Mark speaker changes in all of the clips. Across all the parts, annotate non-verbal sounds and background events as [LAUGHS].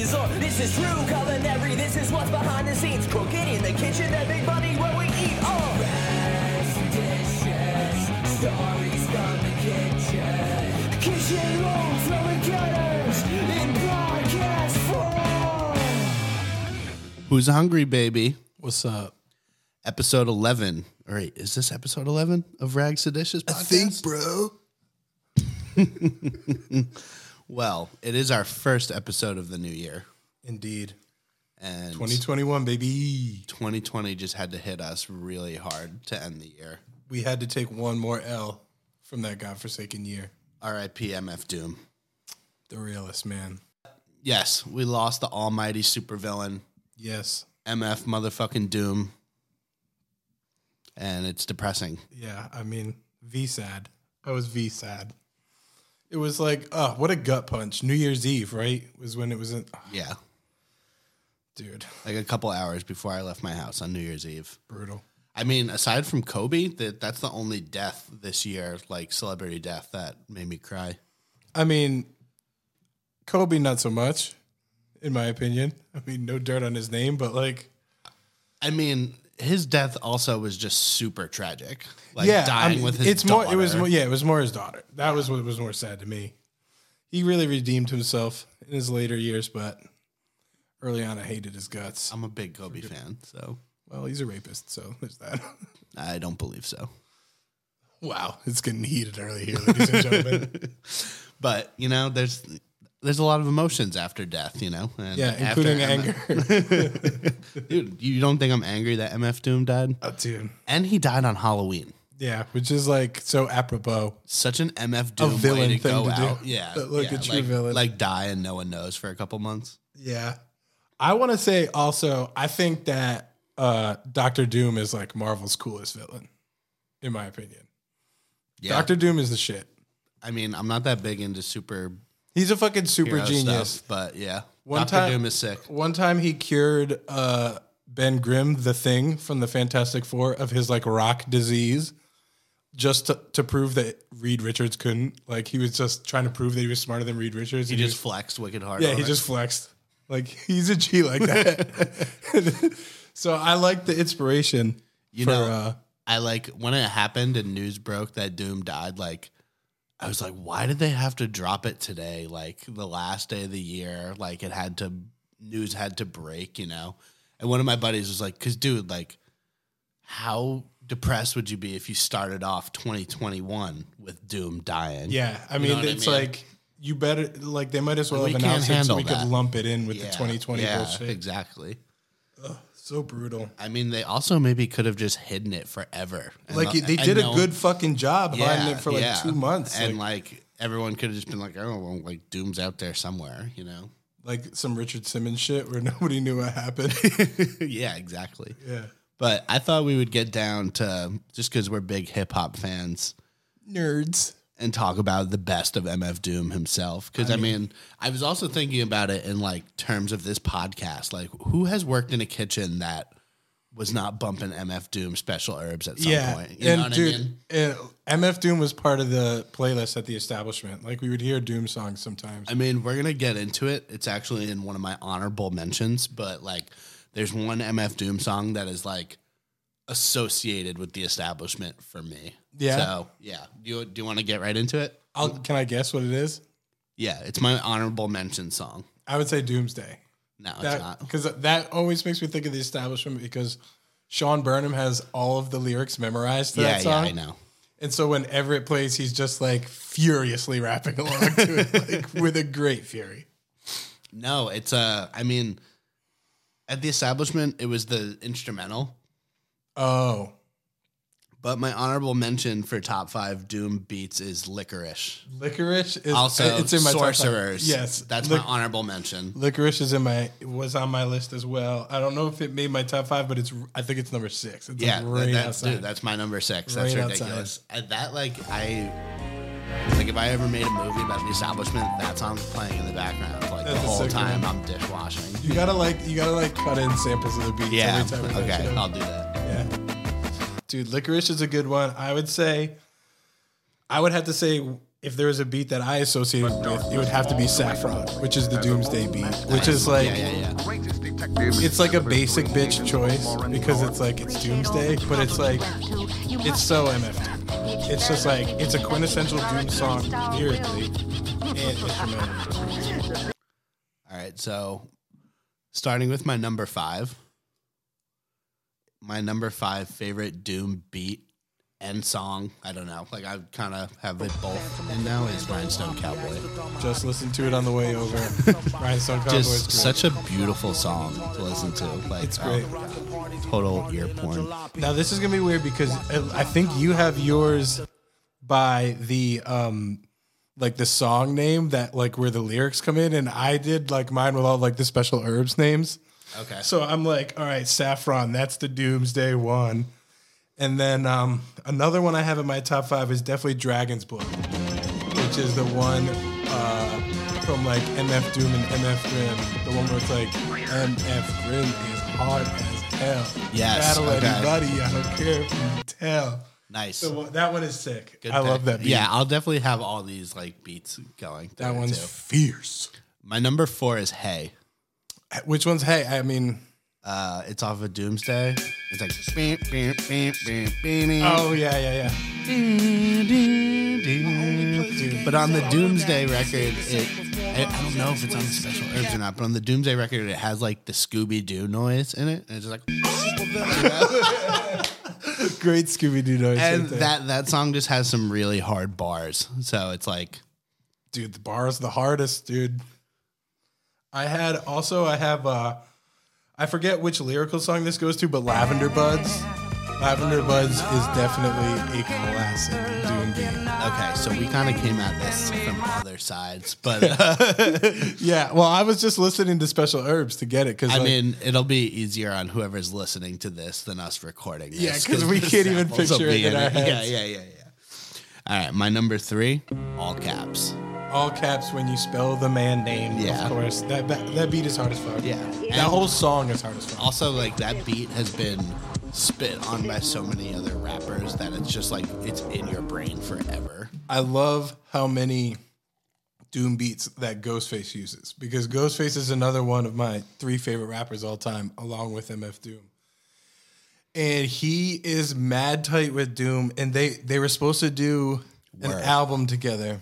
Speaker 1: is true culinary. This is what's behind the scenes. Crooked in the kitchen, that big money where we eat all. dishes, stories from the kitchen. Kitchen roll from the gutters in broadcast form.
Speaker 2: Who's hungry, baby?
Speaker 3: What's up?
Speaker 2: Episode eleven. All right, is this episode eleven of Rag Seditious podcast?
Speaker 3: bro.
Speaker 2: [LAUGHS] Well, it is our first episode of the new year,
Speaker 3: Indeed.
Speaker 2: and
Speaker 3: 2021, baby.
Speaker 2: 2020 just had to hit us really hard to end the year.
Speaker 3: We had to take one more L from that godforsaken year.
Speaker 2: R.I.P. MF Doom.
Speaker 3: The realest man.
Speaker 2: Yes, we lost the almighty supervillain
Speaker 3: Yes.
Speaker 2: MF motherfucking Doom, and it's depressing.
Speaker 3: Yeah. I mean, V sad. I was V sad. It was like, oh, what a gut punch. New Year's Eve, right? Was when it was in. ah,
Speaker 2: Yeah,
Speaker 3: dude,
Speaker 2: like a couple hours before I left my house on New Year's Eve.
Speaker 3: brutal.
Speaker 2: I mean, aside from Kobe, that that's the only death this year, like celebrity death, that made me cry.
Speaker 3: I mean, Kobe, not so much, in my opinion. I mean, no dirt on his name, but like,
Speaker 2: I mean, his death also was just super tragic. Like
Speaker 3: yeah, I
Speaker 2: dying
Speaker 3: mean,
Speaker 2: with his
Speaker 3: it's more. It was
Speaker 2: daughter.
Speaker 3: more, yeah, it was more his daughter. That was what was more sad to me. He really redeemed himself in his later years, but early on, I hated his guts.
Speaker 2: I'm a big Kobe fan, so
Speaker 3: Well, he's a rapist, so there's that. [LAUGHS]
Speaker 2: I don't believe so.
Speaker 3: wow, it's getting heated early here, ladies
Speaker 2: [LAUGHS]
Speaker 3: and gentlemen.
Speaker 2: But you know, there's there's a lot of emotions after death. You know, and
Speaker 3: Yeah,
Speaker 2: after
Speaker 3: including
Speaker 2: MF
Speaker 3: anger. [LAUGHS]
Speaker 2: Dude, you don't think I'm angry that MF Doom died?
Speaker 3: oh, dude.
Speaker 2: And he died on Halloween.
Speaker 3: Yeah, which is like so apropos.
Speaker 2: Such an MF Doom
Speaker 3: villain
Speaker 2: way to
Speaker 3: thing
Speaker 2: go
Speaker 3: to do.
Speaker 2: out. Yeah,
Speaker 3: But look,
Speaker 2: yeah,
Speaker 3: a true
Speaker 2: like-
Speaker 3: villain.
Speaker 2: Like die and no one knows for a couple months.
Speaker 3: Yeah. I want to say also, I think that uh, Doctor Doom is like Marvel's coolest villain, in my opinion.
Speaker 2: Yeah.
Speaker 3: Doctor Doom is the shit.
Speaker 2: I mean, I'm not that big into super
Speaker 3: He's a fucking super genius.
Speaker 2: stuff, but yeah.
Speaker 3: One
Speaker 2: Doctor
Speaker 3: time-
Speaker 2: Doom is sick.
Speaker 3: One time he cured uh, Ben Grimm, the thing from the Fantastic Four, of his like rock disease, just to, to prove that Reed Richards couldn't. Like he was just trying to prove that he was smarter than Reed Richards.
Speaker 2: He
Speaker 3: and
Speaker 2: just flexed wicked hard.
Speaker 3: yeah,
Speaker 2: on
Speaker 3: he
Speaker 2: it.
Speaker 3: just flexed. Like [LAUGHS] he's a G like that. [LAUGHS] so I like the inspiration.
Speaker 2: You
Speaker 3: for,
Speaker 2: know-
Speaker 3: uh,
Speaker 2: I like when it happened and news broke that Doom died. Like, I was like, why did they have to drop it today? Like the last day of the year, like it had to news had to break, you know. And one of my buddies was like, "Cause dude, like, how depressed would you be if you started off 2021 with Doom dying?
Speaker 3: yeah, I
Speaker 2: You know
Speaker 3: mean
Speaker 2: what I
Speaker 3: it's
Speaker 2: mean?
Speaker 3: like you better like they might as well
Speaker 2: We
Speaker 3: have
Speaker 2: can't
Speaker 3: announced it so
Speaker 2: handle
Speaker 3: we
Speaker 2: that.
Speaker 3: could lump it in with
Speaker 2: Yeah,
Speaker 3: the 2020
Speaker 2: yeah,
Speaker 3: bullshit.
Speaker 2: exactly."
Speaker 3: So brutal.
Speaker 2: I mean, they also maybe could have just hidden it forever. And
Speaker 3: like
Speaker 2: no-
Speaker 3: they
Speaker 2: and
Speaker 3: did a
Speaker 2: no-
Speaker 3: good fucking job hiding it for like
Speaker 2: yeah.
Speaker 3: two months,
Speaker 2: and
Speaker 3: like,
Speaker 2: like, everyone could have just been like, "Oh, well, like Doom's out there somewhere," you know? [LAUGHS]
Speaker 3: like some Richard Simmons shit where [LAUGHS] nobody knew
Speaker 2: [LAUGHS]
Speaker 3: what happened.
Speaker 2: yeah, exactly.
Speaker 3: yeah,
Speaker 2: But I thought we would get down to just because we're big hip hop fans
Speaker 3: nerds.
Speaker 2: and talk about the best of MF Doom himself. Because I, mean, I was also thinking about it in like terms of this podcast. Like, who has worked in a kitchen that was not bumping MF Doom special herbs at some
Speaker 3: yeah,
Speaker 2: point?
Speaker 3: and dude, uh, MF Doom was part of the playlist at the establishment. Like we would hear Doom songs sometimes.
Speaker 2: I mean, we're gonna get into it. It's actually in one of my honorable mentions, but like, there's one MF Doom song that is like associated with the establishment for me.
Speaker 3: Yeah.
Speaker 2: So yeah, do you, do you want to get right into it?
Speaker 3: I'll, can I guess what it is?
Speaker 2: Yeah, it's my honorable mention song.
Speaker 3: I would say Doomsday.
Speaker 2: No, it's
Speaker 3: That
Speaker 2: not.
Speaker 3: because that always makes me think of the establishment because Sean Burnham has all of the lyrics memorized to
Speaker 2: Yeah,
Speaker 3: that
Speaker 2: yeah,
Speaker 3: song.
Speaker 2: I know.
Speaker 3: And so whenever it plays, he's just like furiously rapping along to
Speaker 2: [LAUGHS]
Speaker 3: it, like with a great fury.
Speaker 2: No, it's uh, I mean, at the establishment, it was the instrumental.
Speaker 3: Oh,
Speaker 2: But my honorable mention for top five Doom beats is Licorice.
Speaker 3: licorice is uh,
Speaker 2: Also,
Speaker 3: it's in my top five.
Speaker 2: Sorcerers.
Speaker 3: Yes,
Speaker 2: that's
Speaker 3: lic-
Speaker 2: my honorable mention.
Speaker 3: licorice is in my was on my list as well. I don't know if it made my top five, but it's I think it's number six. It's
Speaker 2: Yeah,
Speaker 3: yeah,
Speaker 2: that-
Speaker 3: right
Speaker 2: that's
Speaker 3: outside.
Speaker 2: dude, that's my number six. That's
Speaker 3: Right outside.
Speaker 2: ridiculous. I, that like I like if I ever made a movie about the establishment, that song's playing in the background like
Speaker 3: That's
Speaker 2: the
Speaker 3: a
Speaker 2: whole
Speaker 3: sick
Speaker 2: time
Speaker 3: one.
Speaker 2: I'm dishwashing.
Speaker 3: you gotta like you gotta like cut in samples of the beats
Speaker 2: Yeah.
Speaker 3: every time. we
Speaker 2: Okay,
Speaker 3: mention it.
Speaker 2: I'll do that.
Speaker 3: Yeah. Dude, licorice is a good one. I would say, I would have to say if there was a beat that I associated with, it would have to be Saffron, which is the Doomsday beat, which is like
Speaker 2: yeah, yeah, yeah.
Speaker 3: it's like a basic bitch choice because it's like it's Doomsday, but it's like it's so MF. It's just like it's a quintessential Doom song lyrically and instrumentally.
Speaker 2: All right, so starting with my number five, my number five favorite Doom beat and song. I don't know, like I kind of have it both, and now is Rhinestone Cowboy.
Speaker 3: Just listen to it on the way over. [LAUGHS] Rhinestone Cowboy's
Speaker 2: Just
Speaker 3: Oh, great.
Speaker 2: such a beautiful song to listen to. Like
Speaker 3: It's great.
Speaker 2: total ear porn.
Speaker 3: Now this is gonna be weird because I I think you have yours by the um like the song name that like where the lyrics come in, and I did like mine with all like the special herbs names.
Speaker 2: Okay,
Speaker 3: So I'm like, all right, saffron, that's the doomsday one. And then um another one I have in my top five is definitely Dragon's Blood, which is the one uh from like MF Doom and MF Grim, the one where it's like MF Grim is hard as hell.
Speaker 2: Yes,
Speaker 3: battle
Speaker 2: okay.
Speaker 3: anybody. I don't care if you tell.
Speaker 2: nice.
Speaker 3: The one- that one is sick.
Speaker 2: Good
Speaker 3: I love
Speaker 2: pick.
Speaker 3: that beat.
Speaker 2: Yeah, I'll definitely have all these like beats going.
Speaker 3: that
Speaker 2: through,
Speaker 3: one's
Speaker 2: too.
Speaker 3: fierce.
Speaker 2: my number four is Hey.
Speaker 3: Which one's hey? I mean,
Speaker 2: Uh, it's off of Doomsday. It's like beep, beep, beep, beep, beep.
Speaker 3: oh yeah, yeah, [LAUGHS] yeah.
Speaker 2: But on the Doomsday record, it I, I don't know if it's on the special herbs or not, but on the Doomsday record, it has like the Scooby Doo noise in it, and it's just like,
Speaker 3: Great Scooby Doo noise.
Speaker 2: and
Speaker 3: right there.
Speaker 2: that that song just has some really hard bars. So it's like,
Speaker 3: dude, the bar is the hardest, dude. I had also I have uh I forget which lyrical song this goes to, but Lavender Buds. Lavender Buds is definitely a classic Doom beat.
Speaker 2: okay, so we kind of came at this from other sides,
Speaker 3: [LAUGHS]
Speaker 2: but uh,
Speaker 3: Yeah, well, I was just listening to Special Herbs to get it because
Speaker 2: I mean, it'll be easier on whoever's listening to this than us recording. This,
Speaker 3: Yeah,
Speaker 2: [LAUGHS]
Speaker 3: 'cause we
Speaker 2: the
Speaker 3: can't even
Speaker 2: samples will
Speaker 3: picture it
Speaker 2: be
Speaker 3: in our
Speaker 2: Yeah,
Speaker 3: heads.
Speaker 2: yeah, yeah, yeah. All right, my number three, all caps.
Speaker 3: all caps when you spell the man name.
Speaker 2: Yeah.
Speaker 3: of course. That, that that beat is hard as fuck.
Speaker 2: Yeah.
Speaker 3: that whole song is hard as fuck.
Speaker 2: also like that beat has been spit on by so many other rappers that it's just like it's in your brain forever.
Speaker 3: I love how many doom beats that Ghostface uses because Ghostface is another one of my three favorite rappers all time, along with MF Doom. And he is mad tight with Doom, and they they were supposed to do an
Speaker 2: Word.
Speaker 3: album together,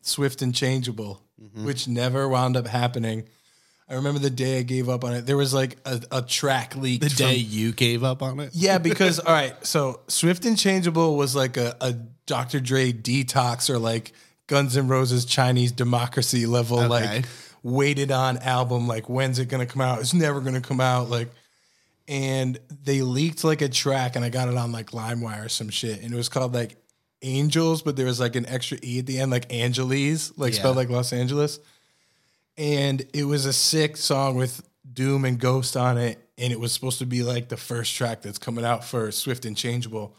Speaker 3: Swift and Changeable, which never wound up happening. I remember the day I gave up on it. There was like a, a track leak.
Speaker 2: The day you gave up on it.
Speaker 3: [LAUGHS] Yeah, because all right, so Swift and Changeable was like a, a Dr. Dre detox or like Guns N' Roses Chinese democracy level, like waited on album, like when's it gonna come out? It's never gonna come out, like and they leaked like a track and I got it on like LimeWire or some shit. And it was called like Angels, but there was like an extra E at the end, like Angeles, like
Speaker 2: Yeah.
Speaker 3: spelled like Los Angeles. And it was a sick song with Doom and Ghost on it. And it was supposed to be like the first track that's coming out for Swift and Changeable.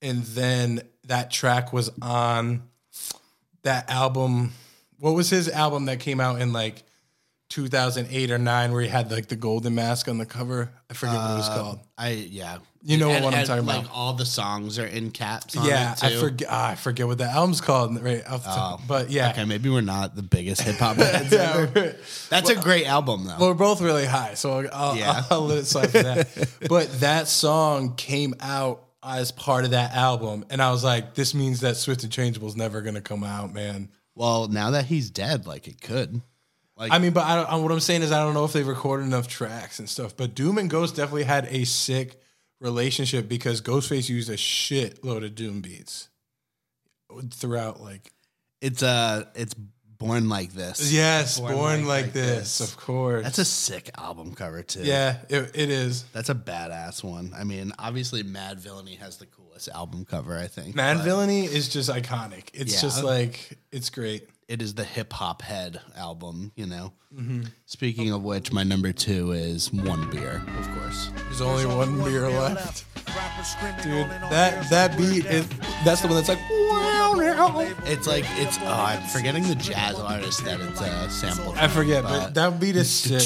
Speaker 3: And then that track was on that album. What was his album that came out in like 2008 or 9 where he had like the golden mask on the cover? I forget what it was called.
Speaker 2: I yeah.
Speaker 3: You know
Speaker 2: And-
Speaker 3: what I'm
Speaker 2: and,
Speaker 3: talking
Speaker 2: like,
Speaker 3: about.
Speaker 2: all the songs are in caps. On
Speaker 3: Yeah,
Speaker 2: it,
Speaker 3: I
Speaker 2: too. Oh.
Speaker 3: forget. ah, I forget what the album's called. Right, off the top. but yeah,
Speaker 2: Okay, maybe we're not the
Speaker 3: [LAUGHS]
Speaker 2: biggest hip hop heads.
Speaker 3: yeah. we're-
Speaker 2: That's a great album though.
Speaker 3: Well, we're both really high, so I'll, I'll,
Speaker 2: Yeah.
Speaker 3: [LAUGHS] I'll let it slide for that. but that song came out as part of that album, and I was like, "This means that Swift and Changeable's never gonna come out, man."
Speaker 2: well, now that he's dead, like it could. Like
Speaker 3: I mean, but I don't, what I'm saying is, I don't know if they recorded enough tracks and stuff. But Doom and Ghost definitely had a sick relationship because Ghostface used a shitload of Doom beats throughout, like
Speaker 2: it's uh it's born like this.
Speaker 3: yes,
Speaker 2: Born
Speaker 3: born,
Speaker 2: Like-
Speaker 3: like,
Speaker 2: Like
Speaker 3: this,
Speaker 2: This.
Speaker 3: of course.
Speaker 2: That's a sick album cover too.
Speaker 3: yeah, it, it is.
Speaker 2: That's a badass one. I mean, obviously Mad Villainy has the coolest album cover, I think.
Speaker 3: Mad
Speaker 2: but-
Speaker 3: Villainy is just iconic. It's
Speaker 2: Yeah.
Speaker 3: just like it's great.
Speaker 2: it is the hip hop head album, you know.
Speaker 3: Mm-hmm.
Speaker 2: Speaking of which, my number two is One Beer, of course.
Speaker 3: There's only one beer left, dude. That that beat is that's the one that's like wow now.
Speaker 2: It's like it's oh, I'm forgetting the jazz artist that it's uh, sampled.
Speaker 3: I forget, but that beat is sick.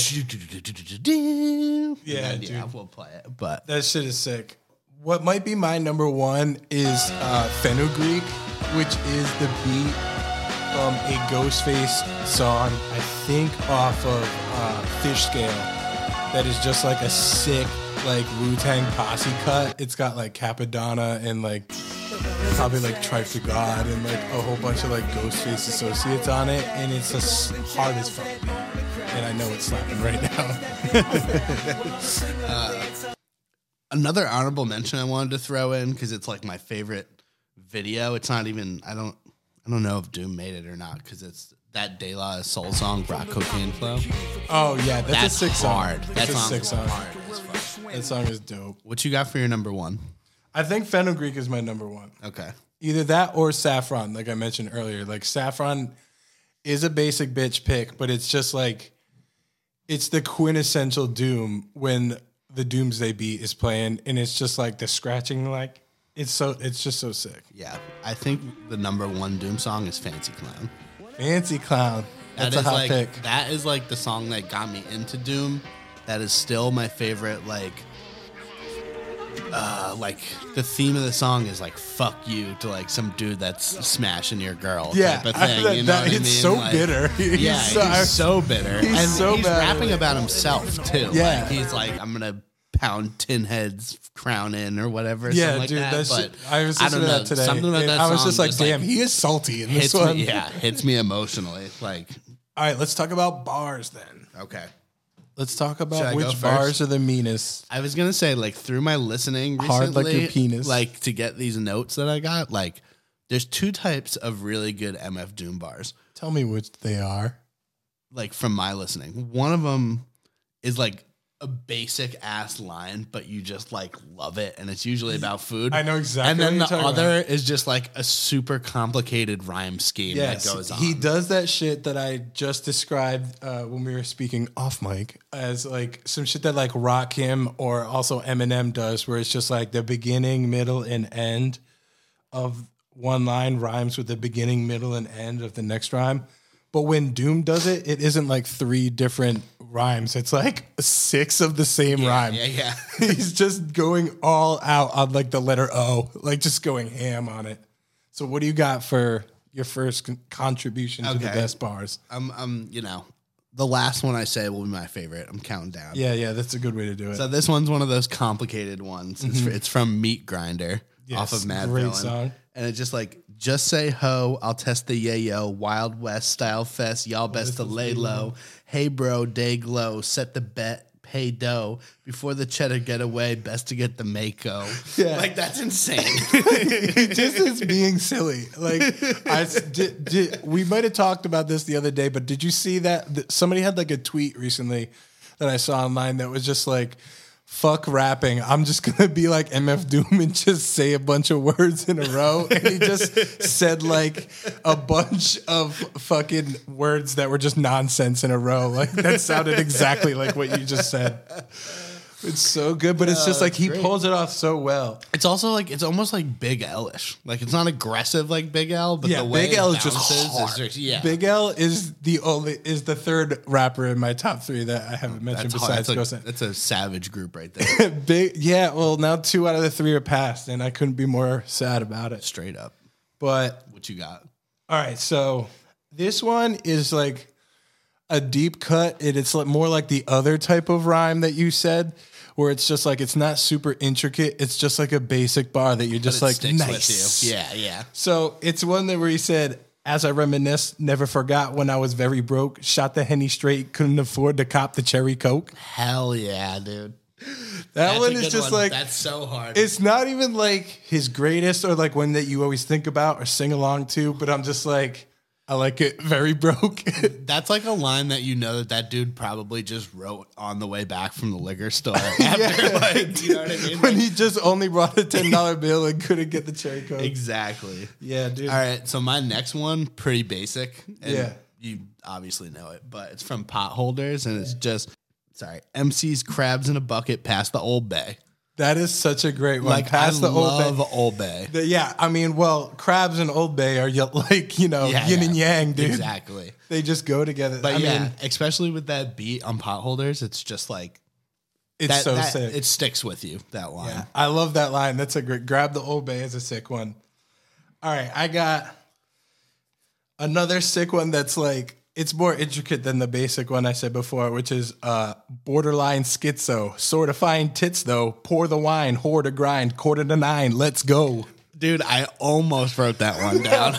Speaker 2: yeah,
Speaker 3: Yeah,
Speaker 2: yeah,
Speaker 3: dude.
Speaker 2: we'll play it. But
Speaker 3: That shit is sick. What might be my number one is uh, Fenugreek, which is the beat um, a Ghostface song, I think off of uh, Fish Scale, that is just like a sick like Wu Tang posse cut. It's got like Capadonna and like probably like Tribe to God and like a whole bunch of like Ghostface associates on it, and it's as hard as fuck. And I know it's slapping right now. [LAUGHS]
Speaker 2: Another honorable mention I wanted to throw in because it's like my favorite video. It's not even I don't I don't know if Doom made it or not because it's that De La Soul song, Rock Cocaine Flow.
Speaker 3: Oh yeah, that's,
Speaker 2: That's
Speaker 3: a sick
Speaker 2: hard.
Speaker 3: song.
Speaker 2: That
Speaker 3: That's a
Speaker 2: song's
Speaker 3: sick song.
Speaker 2: hard as
Speaker 3: That song is dope.
Speaker 2: What you got for your number one?
Speaker 3: I think Fennel Greek is my number one.
Speaker 2: Okay.
Speaker 3: Either that or Saffron, like I mentioned earlier. Like Saffron is a basic bitch pick, but it's just like it's the quintessential doom when the Doomsday beat is playing and it's just like the scratching like it's so it's just so sick.
Speaker 2: Yeah, I think the number one Doom song is Fancy Clown.
Speaker 3: Fancy clown.
Speaker 2: That
Speaker 3: That's
Speaker 2: is
Speaker 3: a hot
Speaker 2: like
Speaker 3: pick.
Speaker 2: that is like the song that got me into Doom. That is still my favorite. Like, uh, like the theme of the song is like "fuck you" to like some dude that's smashing your girl
Speaker 3: Yeah,
Speaker 2: type of
Speaker 3: [LAUGHS] I-
Speaker 2: thing.
Speaker 3: that-
Speaker 2: you know
Speaker 3: that-
Speaker 2: what I
Speaker 3: it's
Speaker 2: mean?
Speaker 3: so
Speaker 2: Like,
Speaker 3: bitter. [LAUGHS] He's
Speaker 2: yeah,
Speaker 3: so-
Speaker 2: he's so bitter.
Speaker 3: he's
Speaker 2: and
Speaker 3: so
Speaker 2: he's
Speaker 3: bad
Speaker 2: rapping
Speaker 3: at it.
Speaker 2: about himself too.
Speaker 3: Yeah.
Speaker 2: like, he's like, I'm gonna pound tin heads crown in or whatever.
Speaker 3: yeah,
Speaker 2: something like
Speaker 3: dude,
Speaker 2: that.
Speaker 3: that's
Speaker 2: but
Speaker 3: I was
Speaker 2: don't
Speaker 3: listening to
Speaker 2: know,
Speaker 3: that today.
Speaker 2: Something about
Speaker 3: and
Speaker 2: that
Speaker 3: I was
Speaker 2: song
Speaker 3: just like, damn, he is salty in this
Speaker 2: hits
Speaker 3: one.
Speaker 2: me, yeah, hits me emotionally. Like,
Speaker 3: All right, let's talk about bars then.
Speaker 2: okay.
Speaker 3: Let's talk
Speaker 2: Should I
Speaker 3: about
Speaker 2: go
Speaker 3: which
Speaker 2: first?
Speaker 3: bars are the meanest.
Speaker 2: I was gonna say, like through my listening, recently,
Speaker 3: Hard like your penis.
Speaker 2: like to get these notes that I got. Like, there's two types of really good MF Doom bars,
Speaker 3: Tell me which they are.
Speaker 2: like from my listening. One of them is like a basic ass line, but you just like love it, and it's usually about food.
Speaker 3: I know exactly
Speaker 2: And then
Speaker 3: what
Speaker 2: the
Speaker 3: you're talking
Speaker 2: other is just like a super complicated rhyme scheme that goes on.
Speaker 3: He does that shit that I just described uh, when we were speaking off mic as like some shit that like Rock Him or also Eminem does, where it's just like the beginning, middle, and end of one line rhymes with the beginning, middle, and end of the next rhyme. But when Doom does it, it isn't like three different rhymes. It's like six of the same rhyme.
Speaker 2: Yeah, yeah.
Speaker 3: [LAUGHS]
Speaker 2: [LAUGHS]
Speaker 3: He's just going all out on like the letter O, like just going ham on it. So, what do you got for your first con- contribution to the
Speaker 2: Okay. Uh,
Speaker 3: best bars?
Speaker 2: I'm, I'm, you know, the last one I say will be my favorite. I'm counting down.
Speaker 3: Yeah, yeah, that's a good way to do it.
Speaker 2: So this one's one of those complicated ones. It's, it's from Meat Grinder off
Speaker 3: Mm-hmm. Yes,
Speaker 2: of Mad
Speaker 3: great
Speaker 2: Villain.
Speaker 3: song.
Speaker 2: And it's just like, just say ho, I'll test the yayo, Wild West style fest, y'all best to lay low. Hey bro, day glow, set the bet, pay dough. Before the cheddar get away, best to get the Mako.
Speaker 3: [LAUGHS] Yeah.
Speaker 2: Like that's insane. [LAUGHS]
Speaker 3: just is being silly. Like, I s- did, did, we might have talked about this the other day, but did you see that that somebody had like a tweet recently that I saw online that was just like, "Fuck rapping. I'm just gonna be like MF Doom and just say a bunch of words in a row." And he just said like a bunch of fucking words that were just nonsense in a row. Like that sounded exactly like what you just said. It's so good, but it's just like he pulls it off so well.
Speaker 2: it's also like it's almost like Big Lish. Like it's not aggressive like Big L, but
Speaker 3: Yeah,
Speaker 2: the way
Speaker 3: Big
Speaker 2: it
Speaker 3: L is just
Speaker 2: bounces
Speaker 3: hard.
Speaker 2: just- yeah.
Speaker 3: Big L is the only is the third rapper in my top three that I haven't mentioned
Speaker 2: that's, hard.
Speaker 3: besides
Speaker 2: That's, a,
Speaker 3: Ghost.
Speaker 2: that's a savage group right there.
Speaker 3: [LAUGHS] Big, yeah. Well, now two out of the three are passed, and I couldn't be more sad about it.
Speaker 2: Straight up.
Speaker 3: But
Speaker 2: What you got?
Speaker 3: all right, so this one is like a deep cut, and it's like more like the other type of rhyme that you said. Where it's just like it's not super intricate. It's just like a basic bar that you're just
Speaker 2: It
Speaker 3: like
Speaker 2: sticks
Speaker 3: nice.
Speaker 2: with you. Yeah, yeah.
Speaker 3: So it's one that where he said, as I reminisce, never forgot when I was very broke, shot the henny straight, couldn't afford to cop the cherry coke.
Speaker 2: Hell yeah, dude.
Speaker 3: That
Speaker 2: That's
Speaker 3: one
Speaker 2: a
Speaker 3: is
Speaker 2: good
Speaker 3: just
Speaker 2: one.
Speaker 3: like
Speaker 2: that's so hard.
Speaker 3: it's not even like his greatest or like one that you always think about or sing along to, but I'm just like, I like it very broke. [LAUGHS]
Speaker 2: That's like a line that you know that that dude probably just wrote on the way back from the liquor
Speaker 3: [LAUGHS]
Speaker 2: store. After like, you know what I mean?
Speaker 3: when
Speaker 2: Like-
Speaker 3: he just only brought a ten dollar bill and couldn't get the cherry
Speaker 2: [LAUGHS]
Speaker 3: coke.
Speaker 2: exactly.
Speaker 3: Yeah, dude.
Speaker 2: All right, so my next one pretty basic. and
Speaker 3: Yeah.
Speaker 2: you obviously know it, but it's from Potholders, and it's just sorry, MC's crabs in a bucket past the Old Bay.
Speaker 3: That is such a great one.
Speaker 2: Like
Speaker 3: Past
Speaker 2: I
Speaker 3: the old
Speaker 2: love
Speaker 3: Bay.
Speaker 2: Old Bay.
Speaker 3: The- yeah, I mean, well, crabs and Old Bay are y- [LAUGHS] like you know
Speaker 2: Yeah,
Speaker 3: yin
Speaker 2: yeah.
Speaker 3: and yang, dude.
Speaker 2: Exactly.
Speaker 3: They just go together.
Speaker 2: But
Speaker 3: I
Speaker 2: yeah,
Speaker 3: mean,
Speaker 2: especially with that beat on Potholders, it's just like
Speaker 3: it's
Speaker 2: that,
Speaker 3: so
Speaker 2: that-
Speaker 3: sick.
Speaker 2: It sticks with you that line.
Speaker 3: yeah, I love that line. That's a great grab. The Old Bay is a sick one. All right, I got Another sick one that's like it's more intricate than the basic one I said before, which is uh, borderline schizo. Sortifying tits though. Pour the wine. Whore to grind. Quarter to nine. Let's go.
Speaker 2: Dude, I almost wrote that
Speaker 3: [LAUGHS]
Speaker 2: one down.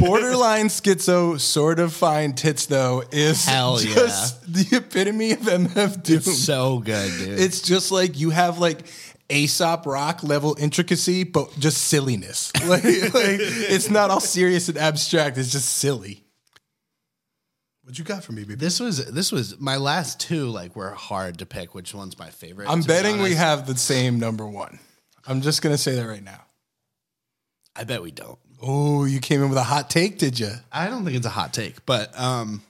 Speaker 3: Borderline schizo. Sort of fine tits though is
Speaker 2: Hell yeah.
Speaker 3: just the epitome of MF Doom.
Speaker 2: It's so good, dude.
Speaker 3: It's just like you have like Aesop rock level intricacy, but just silliness. [LAUGHS] Like, like it's not all serious and abstract. It's just silly. What you got for me, baby?
Speaker 2: this was this was my last two. Like were hard to pick which one's my favorite.
Speaker 3: I'm
Speaker 2: to be
Speaker 3: betting we
Speaker 2: honest.
Speaker 3: have the same number one. I'm just gonna say that right now.
Speaker 2: I bet we don't.
Speaker 3: Oh, you came in with a hot take, did you?
Speaker 2: I don't think it's a hot take, but um.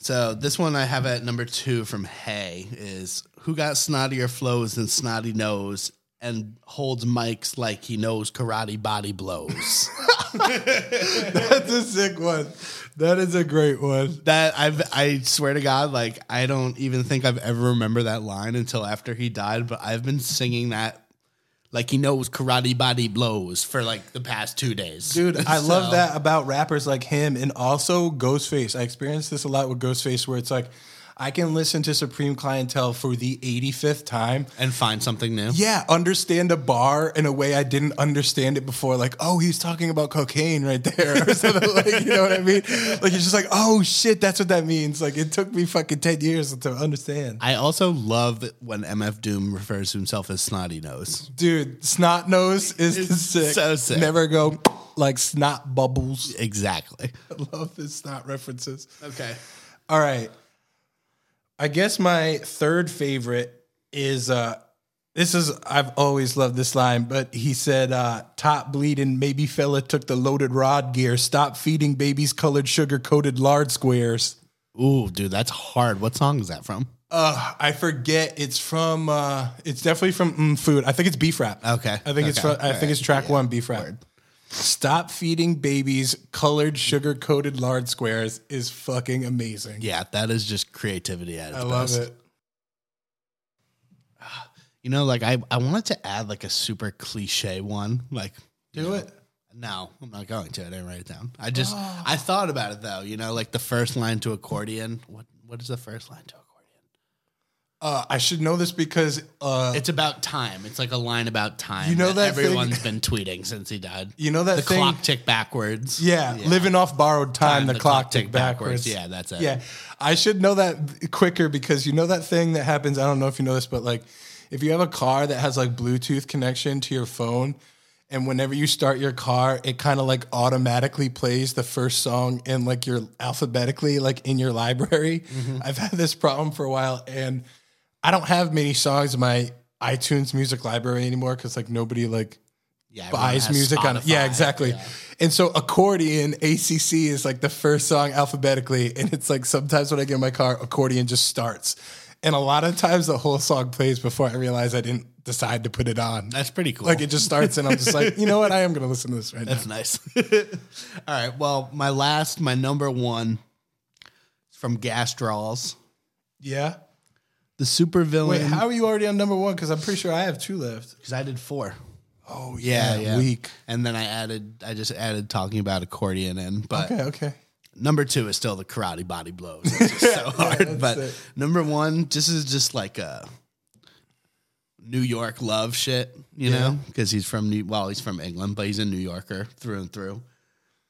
Speaker 2: So this one I have at number two from Hay is who got snottier flows than snotty nose and holds mics like he knows karate body blows.
Speaker 3: [LAUGHS] That's a sick one. That is a great one.
Speaker 2: that I've I swear to God, like I don't even think I've ever remember that line until after he died. But I've been singing that like he knows karate body blows for like the past two days, [LAUGHS]
Speaker 3: Dude, I love
Speaker 2: So-
Speaker 3: that about rappers like him and also Ghostface. I experienced this a lot with Ghostface where it's like, I can listen to Supreme Clientele for the 85th time.
Speaker 2: And find something new.
Speaker 3: Yeah, understand a bar in a way I didn't understand it before. Like, oh, he's talking about cocaine right there. Or [LAUGHS] something like, you know what I mean? Like, it's just like, oh shit, that's what that means. Like, it took me fucking 10 years to understand.
Speaker 2: I also love when MF Doom refers to himself as snotty nose.
Speaker 3: Dude, snot nose is the
Speaker 2: It's
Speaker 3: [LAUGHS] sick.
Speaker 2: so sick.
Speaker 3: Never go like snot bubbles. [LAUGHS]
Speaker 2: Exactly.
Speaker 3: I love his snot references.
Speaker 2: Okay.
Speaker 3: All right. I guess my third favorite is uh this is I've always loved this line, but he said uh top bleeding maybe fella took the loaded rod gear, stop feeding babies colored sugar coated lard squares.
Speaker 2: Ooh, dude, that's hard. What song is that from?
Speaker 3: Uh I forget it's from uh it's definitely from mm, food. I think it's beef wrap.
Speaker 2: Okay.
Speaker 3: I think it's
Speaker 2: Okay.
Speaker 3: from, I think it's track 1 beef wrap. Stop feeding babies colored sugar coated lard squares is fucking amazing.
Speaker 2: Yeah, that is just creativity at its
Speaker 3: I love
Speaker 2: best.
Speaker 3: it.
Speaker 2: You know, like I, I wanted to add like a super cliche one. Like
Speaker 3: Do
Speaker 2: you know,
Speaker 3: it. Oh.
Speaker 2: No, I'm not going to. I didn't write it down. I just I thought about it though. You know, like the first line to accordion. What what is the first line to accordion?
Speaker 3: Uh, I should know this because uh,
Speaker 2: It's about time. It's like a line about time.
Speaker 3: You know that thing-
Speaker 2: everyone's been tweeting since he died.
Speaker 3: you know that
Speaker 2: the
Speaker 3: thing.
Speaker 2: clock ticked backwards.
Speaker 3: yeah, living off borrowed time. the, clock, tick backwards.
Speaker 2: Yeah, that's it.
Speaker 3: Yeah, I should know that quicker because you know that thing that happens. I don't know if you know this, but like, if you have a car that has like Bluetooth connection to your phone, and whenever you start your car, it kind of like automatically plays the first song in like your alphabetically like in your library.
Speaker 2: Mm-hmm.
Speaker 3: I've had this problem for a while, and I don't have many songs in my iTunes music library anymore because like nobody like
Speaker 2: yeah everyone
Speaker 3: buys
Speaker 2: has
Speaker 3: music on it. Yeah,
Speaker 2: Spotify.
Speaker 3: exactly.
Speaker 2: Yeah.
Speaker 3: And so accordion ACC is like the first song alphabetically, and it's like sometimes when I get in my car, accordion just starts, and a lot of times the whole song plays before I realize I didn't decide to put it on.
Speaker 2: That's pretty cool.
Speaker 3: Like it just starts, and I'm just like, you know what? I am gonna listen to this right now.
Speaker 2: That's nice. [LAUGHS] All right. Well, my last, my number one is from Gastrols.
Speaker 3: Yeah.
Speaker 2: The supervillain.
Speaker 3: Wait, how are you already on number one? Because I'm pretty sure I have two left.
Speaker 2: Because I did four.
Speaker 3: Oh
Speaker 2: Week. And then I added, I just added talking about accordion in. But
Speaker 3: Okay, okay.
Speaker 2: number two is still the karate body blows. It's
Speaker 3: [LAUGHS]
Speaker 2: just so hard. but
Speaker 3: it.
Speaker 2: number one, this is just like a New York love shit, you know? Because he's from New, well, he's from England, but he's a New Yorker through and through.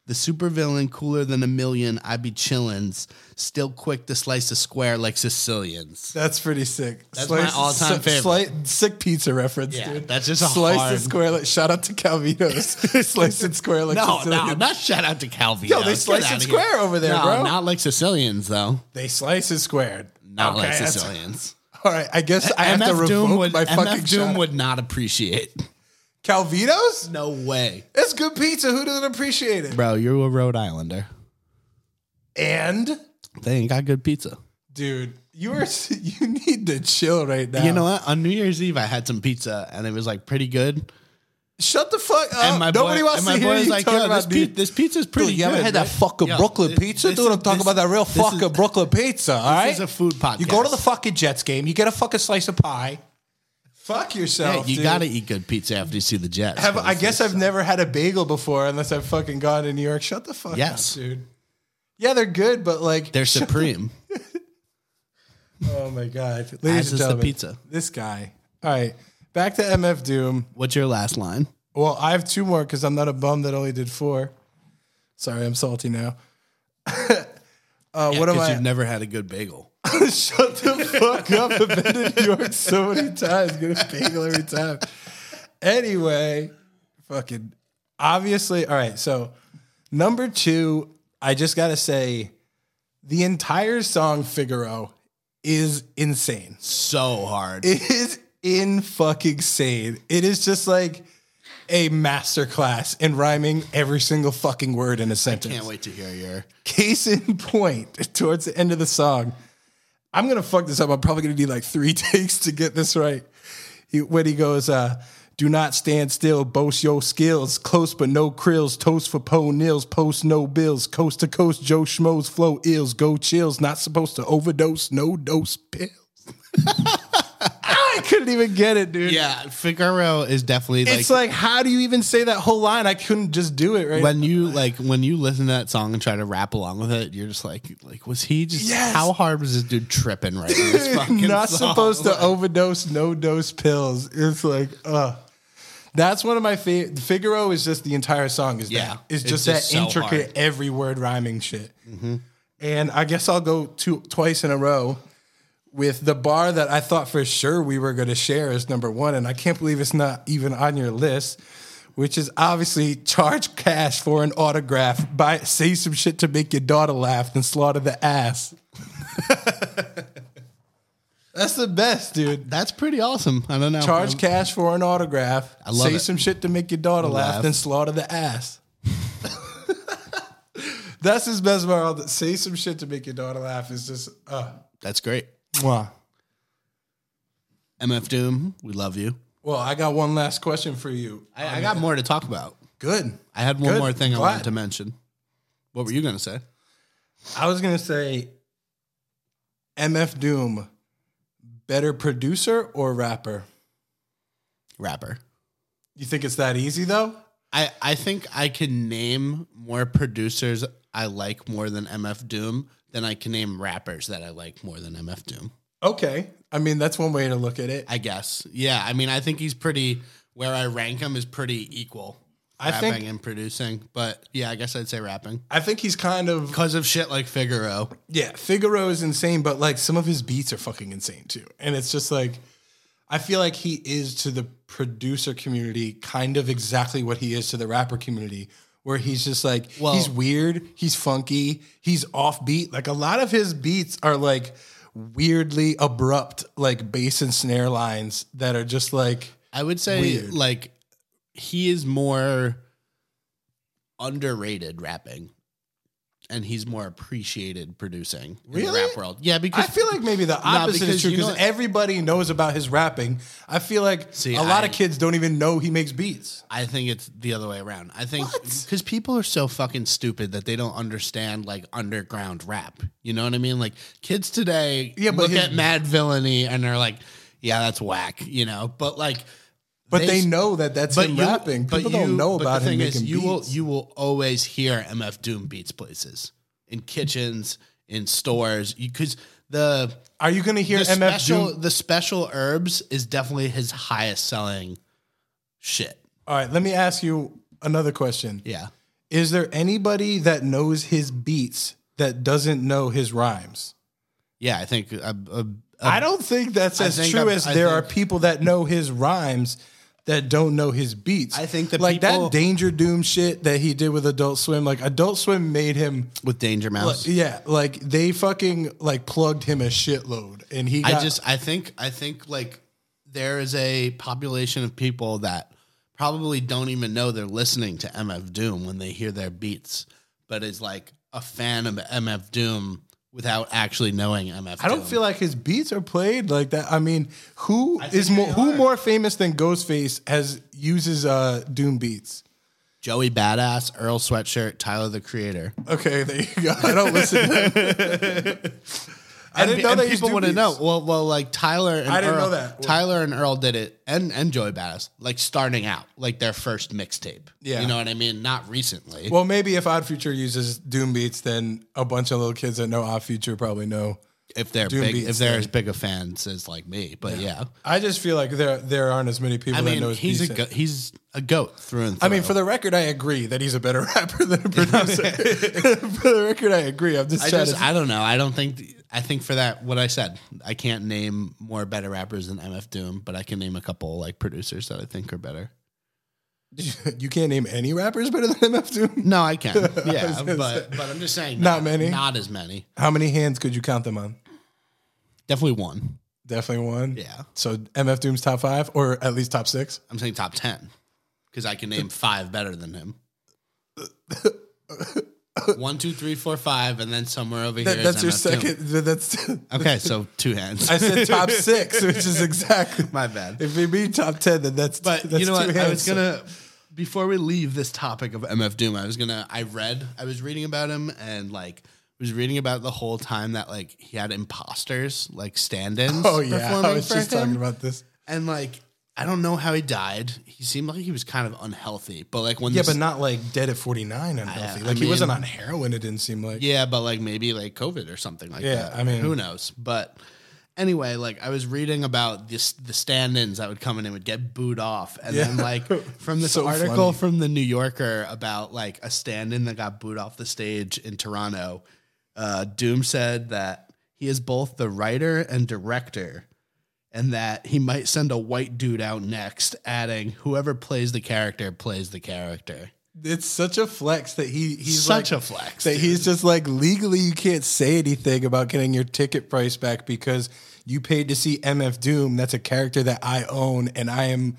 Speaker 2: The supervillain, cooler than a million, I be chillins, still quick to slice a square like Sicilians.
Speaker 3: That's pretty sick.
Speaker 2: That's my all-time
Speaker 3: si-
Speaker 2: favorite.
Speaker 3: Slight sick pizza reference,
Speaker 2: Yeah,
Speaker 3: dude.
Speaker 2: that's just a
Speaker 3: slice
Speaker 2: hard-
Speaker 3: and square. Like, shout out to
Speaker 2: [LAUGHS]
Speaker 3: Calvitos. slice and square like
Speaker 2: No, no,
Speaker 3: Sicilian.
Speaker 2: not shout out to Calvi.
Speaker 3: Yo, they slice it square over there,
Speaker 2: no,
Speaker 3: bro.
Speaker 2: Not like Sicilians, though.
Speaker 3: They slice and squared.
Speaker 2: Not like
Speaker 3: that's-
Speaker 2: Sicilians.
Speaker 3: All right, I guess [LAUGHS] I have to revoke
Speaker 2: would,
Speaker 3: my fucking
Speaker 2: MF Doom
Speaker 3: shout-
Speaker 2: would not appreciate.
Speaker 3: Calvitos.
Speaker 2: No way,
Speaker 3: It's good pizza. Who doesn't appreciate it?
Speaker 2: bro. You're a Rhode Islander.
Speaker 3: And
Speaker 2: They ain't got good pizza.
Speaker 3: dude, you are [LAUGHS] you need to chill right now.
Speaker 2: You know what? On New Year's Eve, I had some pizza and it was like pretty good.
Speaker 3: Shut the fuck up.
Speaker 2: And
Speaker 3: Oh, Nobody wants
Speaker 2: and
Speaker 3: to hear
Speaker 2: was
Speaker 3: you talking
Speaker 2: "Yo, this,
Speaker 3: about
Speaker 2: pi-
Speaker 3: me.
Speaker 2: this pizza's pretty
Speaker 3: Dude, you
Speaker 2: good.
Speaker 3: ever had that
Speaker 2: right?"
Speaker 3: fucking
Speaker 2: Yo,
Speaker 3: Brooklyn
Speaker 2: this-
Speaker 3: pizza,
Speaker 2: this
Speaker 3: dude?
Speaker 2: is-
Speaker 3: I'm talking
Speaker 2: this-
Speaker 3: about that real
Speaker 2: this is-
Speaker 3: fucking Brooklyn pizza. All right,
Speaker 2: is a food
Speaker 3: You go to
Speaker 2: podcast.
Speaker 3: the fucking Jets game, you get a fucking slice of pie, Fuck yourself.
Speaker 2: Hey, you
Speaker 3: dude.
Speaker 2: got to eat good pizza after you see the Jets.
Speaker 3: Have,
Speaker 2: but
Speaker 3: I
Speaker 2: it's
Speaker 3: guess I've never had a bagel before unless I've fucking gone to New York. Shut the fuck
Speaker 2: Yes.
Speaker 3: up, dude. Yeah, they're good, but like,
Speaker 2: like they're supreme.
Speaker 3: oh my god, ladies
Speaker 2: is
Speaker 3: and
Speaker 2: the
Speaker 3: gentlemen,
Speaker 2: pizza.
Speaker 3: This guy. All right, back to MF Doom.
Speaker 2: What's your last line?
Speaker 3: Well, I have two more because I'm not a bum that only did four. Sorry, I'm salty now. uh, what am
Speaker 2: Because
Speaker 3: I?
Speaker 2: you've never had a good bagel.
Speaker 3: Shut the fuck up. I've been to New York so many times. Get a bagel every time. Anyway, fucking obviously. All right. So, number two, I just got to say the entire song Figaro is insane. [LAUGHS]
Speaker 2: So hard.
Speaker 3: It is in fucking sane. It is just like a masterclass in rhyming every single fucking word in a sentence
Speaker 2: Can't wait to hear your.
Speaker 3: case in point [LAUGHS] towards the end of the song i'm gonna fuck this up i'm probably gonna need like three [LAUGHS] takes to get this right he, when he goes uh do not stand still boast your skills close but no krills toast for po nils post no bills coast to coast joe schmoes flow ills go chills not supposed to overdose no dose pills [LAUGHS] i couldn't even get it dude
Speaker 2: Yeah, Figaro is definitely like,
Speaker 3: it's like, how do you even say that whole line i couldn't just do it right
Speaker 2: when you like when you listen to that song and try to rap along with it, you're just like, like was he just?
Speaker 3: Yes.
Speaker 2: How hard was this dude tripping right in this
Speaker 3: [LAUGHS]
Speaker 2: fucking
Speaker 3: not
Speaker 2: song?
Speaker 3: supposed to
Speaker 2: Like,
Speaker 3: overdose no dose pills it's like uh that's one of my favorite figaro is just the entire song is
Speaker 2: Yeah,
Speaker 3: that it's
Speaker 2: it's
Speaker 3: just that
Speaker 2: just so
Speaker 3: intricate
Speaker 2: hard. Mm-hmm.
Speaker 3: every word rhyming shit and i guess i'll go two twice in a row with the bar that i thought for sure we were going to share as number one and i can't believe it's not even on your list which is obviously charge cash for an autograph buy say some shit to make your daughter laugh then slaughter the ass [LAUGHS] that's the best dude
Speaker 2: That's pretty awesome. I don't know.
Speaker 3: Charge
Speaker 2: I'm-
Speaker 3: cash for an autograph. I
Speaker 2: love
Speaker 3: Say
Speaker 2: it.
Speaker 3: some shit to make your daughter laugh,
Speaker 2: Laugh.
Speaker 3: then slaughter the ass. [LAUGHS] That's his best moral. Say some shit to make your daughter laugh is just uh
Speaker 2: That's great.
Speaker 3: mwah.
Speaker 2: MF Doom, we love you.
Speaker 3: Well, I got one last question for you.
Speaker 2: I, I got more to talk about.
Speaker 3: Good.
Speaker 2: I had one
Speaker 3: uh, Good.
Speaker 2: more thing I
Speaker 3: Glad.
Speaker 2: wanted to mention. What were you going to say?
Speaker 3: I was gonna say MF Doom, better producer or rapper?
Speaker 2: Rapper.
Speaker 3: You think it's that easy though?
Speaker 2: I, I think I can name more producers I like more than MF Doom than I can name rappers that I like more than MF Doom.
Speaker 3: Okay. I mean that's one way to look at it.
Speaker 2: I guess. Yeah. I mean, I think he's pretty, where I rank him is pretty equal.
Speaker 3: I
Speaker 2: rapping
Speaker 3: think-
Speaker 2: and producing. But yeah, I guess I'd say rapping.
Speaker 3: I think he's kind of
Speaker 2: Because of shit like Figaro.
Speaker 3: Yeah, Figaro is insane, but like some of his beats are fucking insane too. And it's just like I feel like he is to the producer community kind of exactly what he is to the rapper community, where he's just like
Speaker 2: Well-
Speaker 3: he's weird, he's funky, he's offbeat. Like a lot of his beats are like weirdly abrupt, like bass and snare lines that are just like
Speaker 2: I would say
Speaker 3: Weird.
Speaker 2: like he is more underrated rapping and he's more appreciated producing in
Speaker 3: Really?
Speaker 2: the rap world. Yeah, because
Speaker 3: I feel like
Speaker 2: [LAUGHS]
Speaker 3: maybe the opposite
Speaker 2: because
Speaker 3: is true
Speaker 2: you
Speaker 3: because
Speaker 2: know-
Speaker 3: everybody knows about his rapping. I feel like
Speaker 2: See,
Speaker 3: a lot
Speaker 2: I-
Speaker 3: of kids don't even know he makes beats.
Speaker 2: I think it's the other way around. I think
Speaker 3: What?
Speaker 2: because people are so fucking stupid that they don't understand like underground rap. You know what I mean? Like kids today
Speaker 3: Yeah, but
Speaker 2: look
Speaker 3: his-
Speaker 2: at Mad Villainy and they're like, yeah, that's whack, you know? But like,
Speaker 3: But
Speaker 2: They
Speaker 3: they,
Speaker 2: s-
Speaker 3: know that that's him rapping. People don't know
Speaker 2: but
Speaker 3: about
Speaker 2: the
Speaker 3: him
Speaker 2: thing
Speaker 3: making
Speaker 2: you will
Speaker 3: beats.
Speaker 2: you will always hear MF Doom beats places in kitchens, in stores, because the
Speaker 3: Are you going to hear
Speaker 2: the
Speaker 3: MF
Speaker 2: special
Speaker 3: Doom?
Speaker 2: the special herbs is definitely his highest selling shit.
Speaker 3: All right, let me ask you another question.
Speaker 2: Yeah,
Speaker 3: Is there anybody that knows his beats that doesn't know his rhymes?
Speaker 2: yeah, I think uh, uh,
Speaker 3: Um, I don't think that's
Speaker 2: I
Speaker 3: as
Speaker 2: think
Speaker 3: true
Speaker 2: I-
Speaker 3: as
Speaker 2: I
Speaker 3: there
Speaker 2: think-
Speaker 3: are people that know his rhymes that don't know his beats.
Speaker 2: I think that
Speaker 3: like
Speaker 2: people-
Speaker 3: that Danger Doom shit that he did with Adult Swim, like Adult Swim made him
Speaker 2: with Danger Mouse.
Speaker 3: yeah, like they fucking like plugged him a shitload and he got
Speaker 2: I just I think I think like there is a population of people that probably don't even know they're listening to MF Doom when they hear their beats, but is like a fan of MF Doom without actually knowing MF.
Speaker 3: I don't feel like his beats are played like that. I mean, who
Speaker 2: think
Speaker 3: is more
Speaker 2: they
Speaker 3: who
Speaker 2: are.
Speaker 3: more famous than Ghostface has uses uh, Doom beats?
Speaker 2: Joey Badass, Earl
Speaker 3: [LAUGHS]
Speaker 2: Sweatshirt, Tyler the Creator. [LAUGHS]
Speaker 3: Okay, there you go. I don't listen. to them. I didn't know
Speaker 2: and
Speaker 3: they used
Speaker 2: people
Speaker 3: to do
Speaker 2: wouldn't
Speaker 3: these.
Speaker 2: know. Well, well, like Tyler and
Speaker 3: I didn't
Speaker 2: Earl,
Speaker 3: know that.
Speaker 2: Tyler and Earl did it, and and Joey Badass, like starting out, like their first mixtape.
Speaker 3: Yeah.
Speaker 2: you know what I mean. Not recently.
Speaker 3: Well, maybe if Odd Future uses Doom Beats, then a bunch of little kids that know Odd Future probably know.
Speaker 2: if they're
Speaker 3: Doom
Speaker 2: big,
Speaker 3: Beats
Speaker 2: if they're
Speaker 3: thing.
Speaker 2: as big a fans as like me, but yeah,
Speaker 3: I just feel like there there aren't as many people
Speaker 2: I
Speaker 3: that know
Speaker 2: mean,
Speaker 3: his
Speaker 2: he's a
Speaker 3: beats.
Speaker 2: go- he's a goat through and through.
Speaker 3: I mean, for the record, I agree that he's a better [LAUGHS] rapper than a
Speaker 2: [LAUGHS]
Speaker 3: producer. [LAUGHS] for the record, I agree. I'm just
Speaker 2: I
Speaker 3: trying
Speaker 2: just
Speaker 3: to.
Speaker 2: I don't know. I don't think I think for that what I said. I can't name more better rappers than MF Doom, but I can name a couple like producers that I think are better.
Speaker 3: [LAUGHS] you can't name any rappers better than MF Doom.
Speaker 2: No, I
Speaker 3: [LAUGHS]
Speaker 2: can. Yeah,
Speaker 3: was gonna
Speaker 2: but but I'm just saying
Speaker 3: Not many.
Speaker 2: Not as many.
Speaker 3: How many hands could you count them on?
Speaker 2: Definitely one.
Speaker 3: Definitely one.
Speaker 2: Yeah.
Speaker 3: So MF Doom's top five, or at least top six.
Speaker 2: I'm saying top 10 because I can name five better than him.
Speaker 3: [LAUGHS]
Speaker 2: One, two, three, four, five, and then somewhere over here.
Speaker 3: That,
Speaker 2: is
Speaker 3: that's your
Speaker 2: MF Doom.
Speaker 3: second. that- That's. [LAUGHS]
Speaker 2: Okay, so two hands.
Speaker 3: I said top six, which is exactly
Speaker 2: [LAUGHS] My bad.
Speaker 3: If you mean top ten, then
Speaker 2: [LAUGHS]
Speaker 3: that's
Speaker 2: But
Speaker 3: that's
Speaker 2: you know what?
Speaker 3: two
Speaker 2: I
Speaker 3: hands.
Speaker 2: was gonna before we leave this topic of MF Doom, I was gonna I read I was reading about him and like was reading about the whole time that like he had imposters like stand-ins.
Speaker 3: Oh yeah, I
Speaker 2: performing
Speaker 3: was
Speaker 2: for
Speaker 3: just
Speaker 2: him.
Speaker 3: talking about this.
Speaker 2: and like I don't know how he died. He seemed like he was kind of unhealthy, but like when
Speaker 3: Yeah,
Speaker 2: this-
Speaker 3: but not like dead at 49 unhealthy.
Speaker 2: I
Speaker 3: like he wasn't
Speaker 2: mean-
Speaker 3: on heroin. It didn't seem like.
Speaker 2: Yeah, but like maybe like COVID or something like
Speaker 3: Yeah,
Speaker 2: that.
Speaker 3: I mean-
Speaker 2: who knows? But anyway, like I was reading about this the stand-ins that would come in and would get booed off, and then
Speaker 3: Yeah.
Speaker 2: like
Speaker 3: [LAUGHS]
Speaker 2: from this
Speaker 3: So
Speaker 2: article
Speaker 3: funny.
Speaker 2: from the New Yorker about like a stand-in that got booed off the stage in Toronto. Uh, Doom said that he is both the writer and director. And that he might send a white dude out next, adding, "Whoever plays the character plays the character."
Speaker 3: It's such a flex that he he's
Speaker 2: Such
Speaker 3: like,
Speaker 2: a flex.
Speaker 3: that
Speaker 2: dude.
Speaker 3: he's just like legally you can't say anything about getting your ticket price back because you paid to see MF Doom. That's a character that I own and I am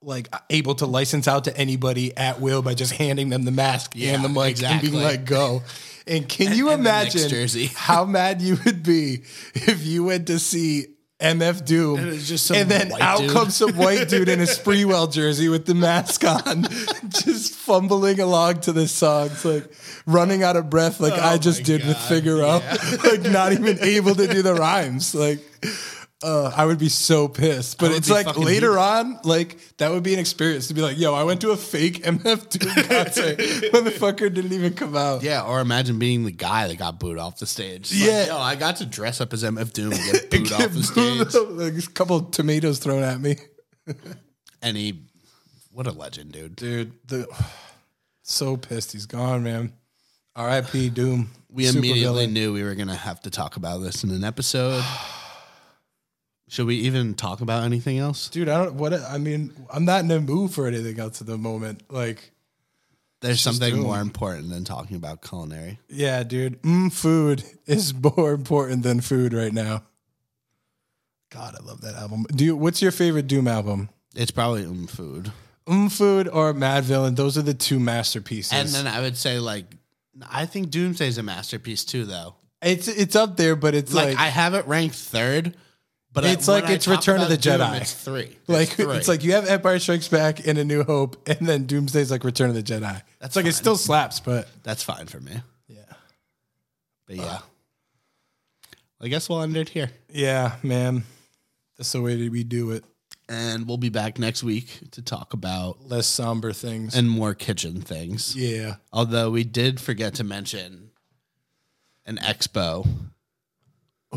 Speaker 3: like able to license out to anybody at will by just handing them the mask and the mic
Speaker 2: exactly.
Speaker 3: and being like go. And can you
Speaker 2: and the Knicks
Speaker 3: imagine
Speaker 2: jersey. [LAUGHS]
Speaker 3: [LAUGHS] how mad you would be if you went to see MF Doom
Speaker 2: And
Speaker 3: and,
Speaker 2: it's just some
Speaker 3: then
Speaker 2: white
Speaker 3: out
Speaker 2: dude.
Speaker 3: comes some white
Speaker 2: [LAUGHS]
Speaker 3: dude in a Spreewell jersey with the mask on, [LAUGHS] just fumbling along to this song. It's like running out of breath,
Speaker 2: Oh
Speaker 3: like I just did with Figaro, [LAUGHS] like not even able to do the rhymes. Like, uh, I would be so pissed. But
Speaker 2: would
Speaker 3: it's
Speaker 2: be
Speaker 3: like
Speaker 2: fucking
Speaker 3: later on, like that would be an experience to be like, yo, I went to a fake MF Doom
Speaker 2: [LAUGHS]
Speaker 3: concert when the fucker didn't even come out.
Speaker 2: Yeah, or imagine being the guy that got booed off the stage. It's like,
Speaker 3: Yeah.
Speaker 2: yo, I got to dress up as MF Doom
Speaker 3: [LAUGHS]
Speaker 2: and get booed off
Speaker 3: Get
Speaker 2: the
Speaker 3: booed
Speaker 2: stage.
Speaker 3: up, [LAUGHS] like, a couple of tomatoes thrown at me.
Speaker 2: And he, what a legend, dude.
Speaker 3: Dude, the, [SIGHS] so pissed he's gone, man. [SIGHS] R.I.P. Doom.
Speaker 2: We
Speaker 3: Super
Speaker 2: immediately
Speaker 3: villain.
Speaker 2: knew we were going to have to talk about this in an
Speaker 3: [SIGHS]
Speaker 2: episode. Should we even talk about anything else?
Speaker 3: Dude, I don't what I mean, I'm not in a mood for anything else at the moment. Like,
Speaker 2: There's something
Speaker 3: Doom.
Speaker 2: more important than talking about culinary.
Speaker 3: yeah, dude, mm, food [LAUGHS] is more important than food right now. God, I love that album. Do you, what's your favorite Doom album?
Speaker 2: It's probably um food.
Speaker 3: Mm, food or Mad Villain? Those are the two masterpieces.
Speaker 2: And then I would say, like, I think Doomsday's a masterpiece too, though.
Speaker 3: it's it's up there, but it's
Speaker 2: Like,
Speaker 3: like,
Speaker 2: I have it ranked third, but I-
Speaker 3: It's like
Speaker 2: when I
Speaker 3: it's
Speaker 2: talk
Speaker 3: Return of
Speaker 2: about
Speaker 3: the Jedi.
Speaker 2: it's three. It's
Speaker 3: [LAUGHS] like
Speaker 2: three.
Speaker 3: it's like you have Empire Strikes Back and A New Hope, and then Doomsday's like Return of the Jedi. That's like it
Speaker 2: fine.
Speaker 3: still slaps, but
Speaker 2: that's fine for me.
Speaker 3: yeah.
Speaker 2: But yeah. I guess we'll end it here.
Speaker 3: Yeah, man. That's the way that we do it.
Speaker 2: And we'll be back next week to talk about
Speaker 3: Less somber things.
Speaker 2: and more kitchen things.
Speaker 3: yeah.
Speaker 2: Although we did forget to mention an expo.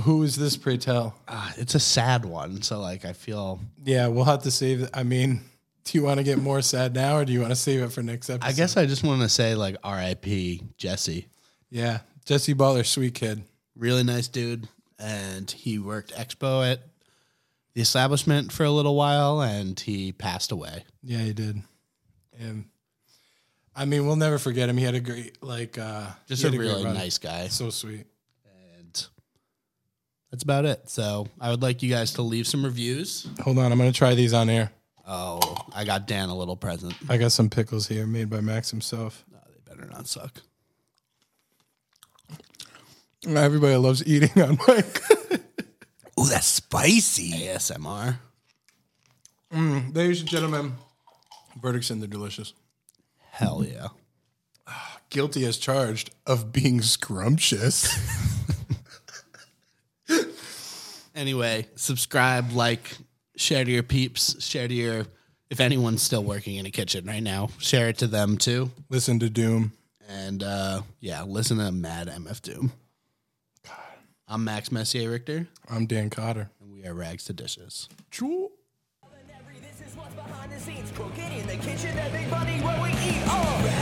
Speaker 3: Who is this, pray tell?
Speaker 2: Ah, it's a sad one. So like I feel
Speaker 3: Yeah, we'll have to save. I mean, do you want to get more sad now or do you want to save it for next episode?
Speaker 2: I guess I just want to say like R.I.P. Jesse.
Speaker 3: Yeah. Jesse Baller, sweet kid.
Speaker 2: Really nice dude. And he worked expo at the establishment for a little while and he passed away.
Speaker 3: Yeah, he did. And I mean, we'll never forget him. He had a great, like, uh,
Speaker 2: Just
Speaker 3: he
Speaker 2: a
Speaker 3: had great
Speaker 2: really
Speaker 3: run.
Speaker 2: nice guy.
Speaker 3: So sweet.
Speaker 2: And that's about it. So I would like you guys to leave some reviews.
Speaker 3: Hold on. I'm going to try these on air.
Speaker 2: Oh, I got Dan a little present.
Speaker 3: I got some pickles here made by Max himself.
Speaker 2: No, they better not suck.
Speaker 3: Everybody loves eating on mic.
Speaker 2: Oh, that's spicy. ASMR.
Speaker 3: [LAUGHS] Ladies and gentlemen, verdicts in they're delicious.
Speaker 2: Hell yeah.
Speaker 3: guilty as charged of being scrumptious.
Speaker 2: Anyway, subscribe, like, share to your peeps, share to your if anyone's still working in a kitchen right now, share it to them too.
Speaker 3: [LAUGHS] Listen to Doom.
Speaker 2: And uh yeah, listen to Mad MF Doom. I'm Max Messier Richter,
Speaker 3: I'm Dan Cotter.
Speaker 2: and we are Rags to Dishes.
Speaker 3: Choo.
Speaker 1: Culinary, This is what's behind the scenes. Cooking in the kitchen, that big money where we eat. Oh.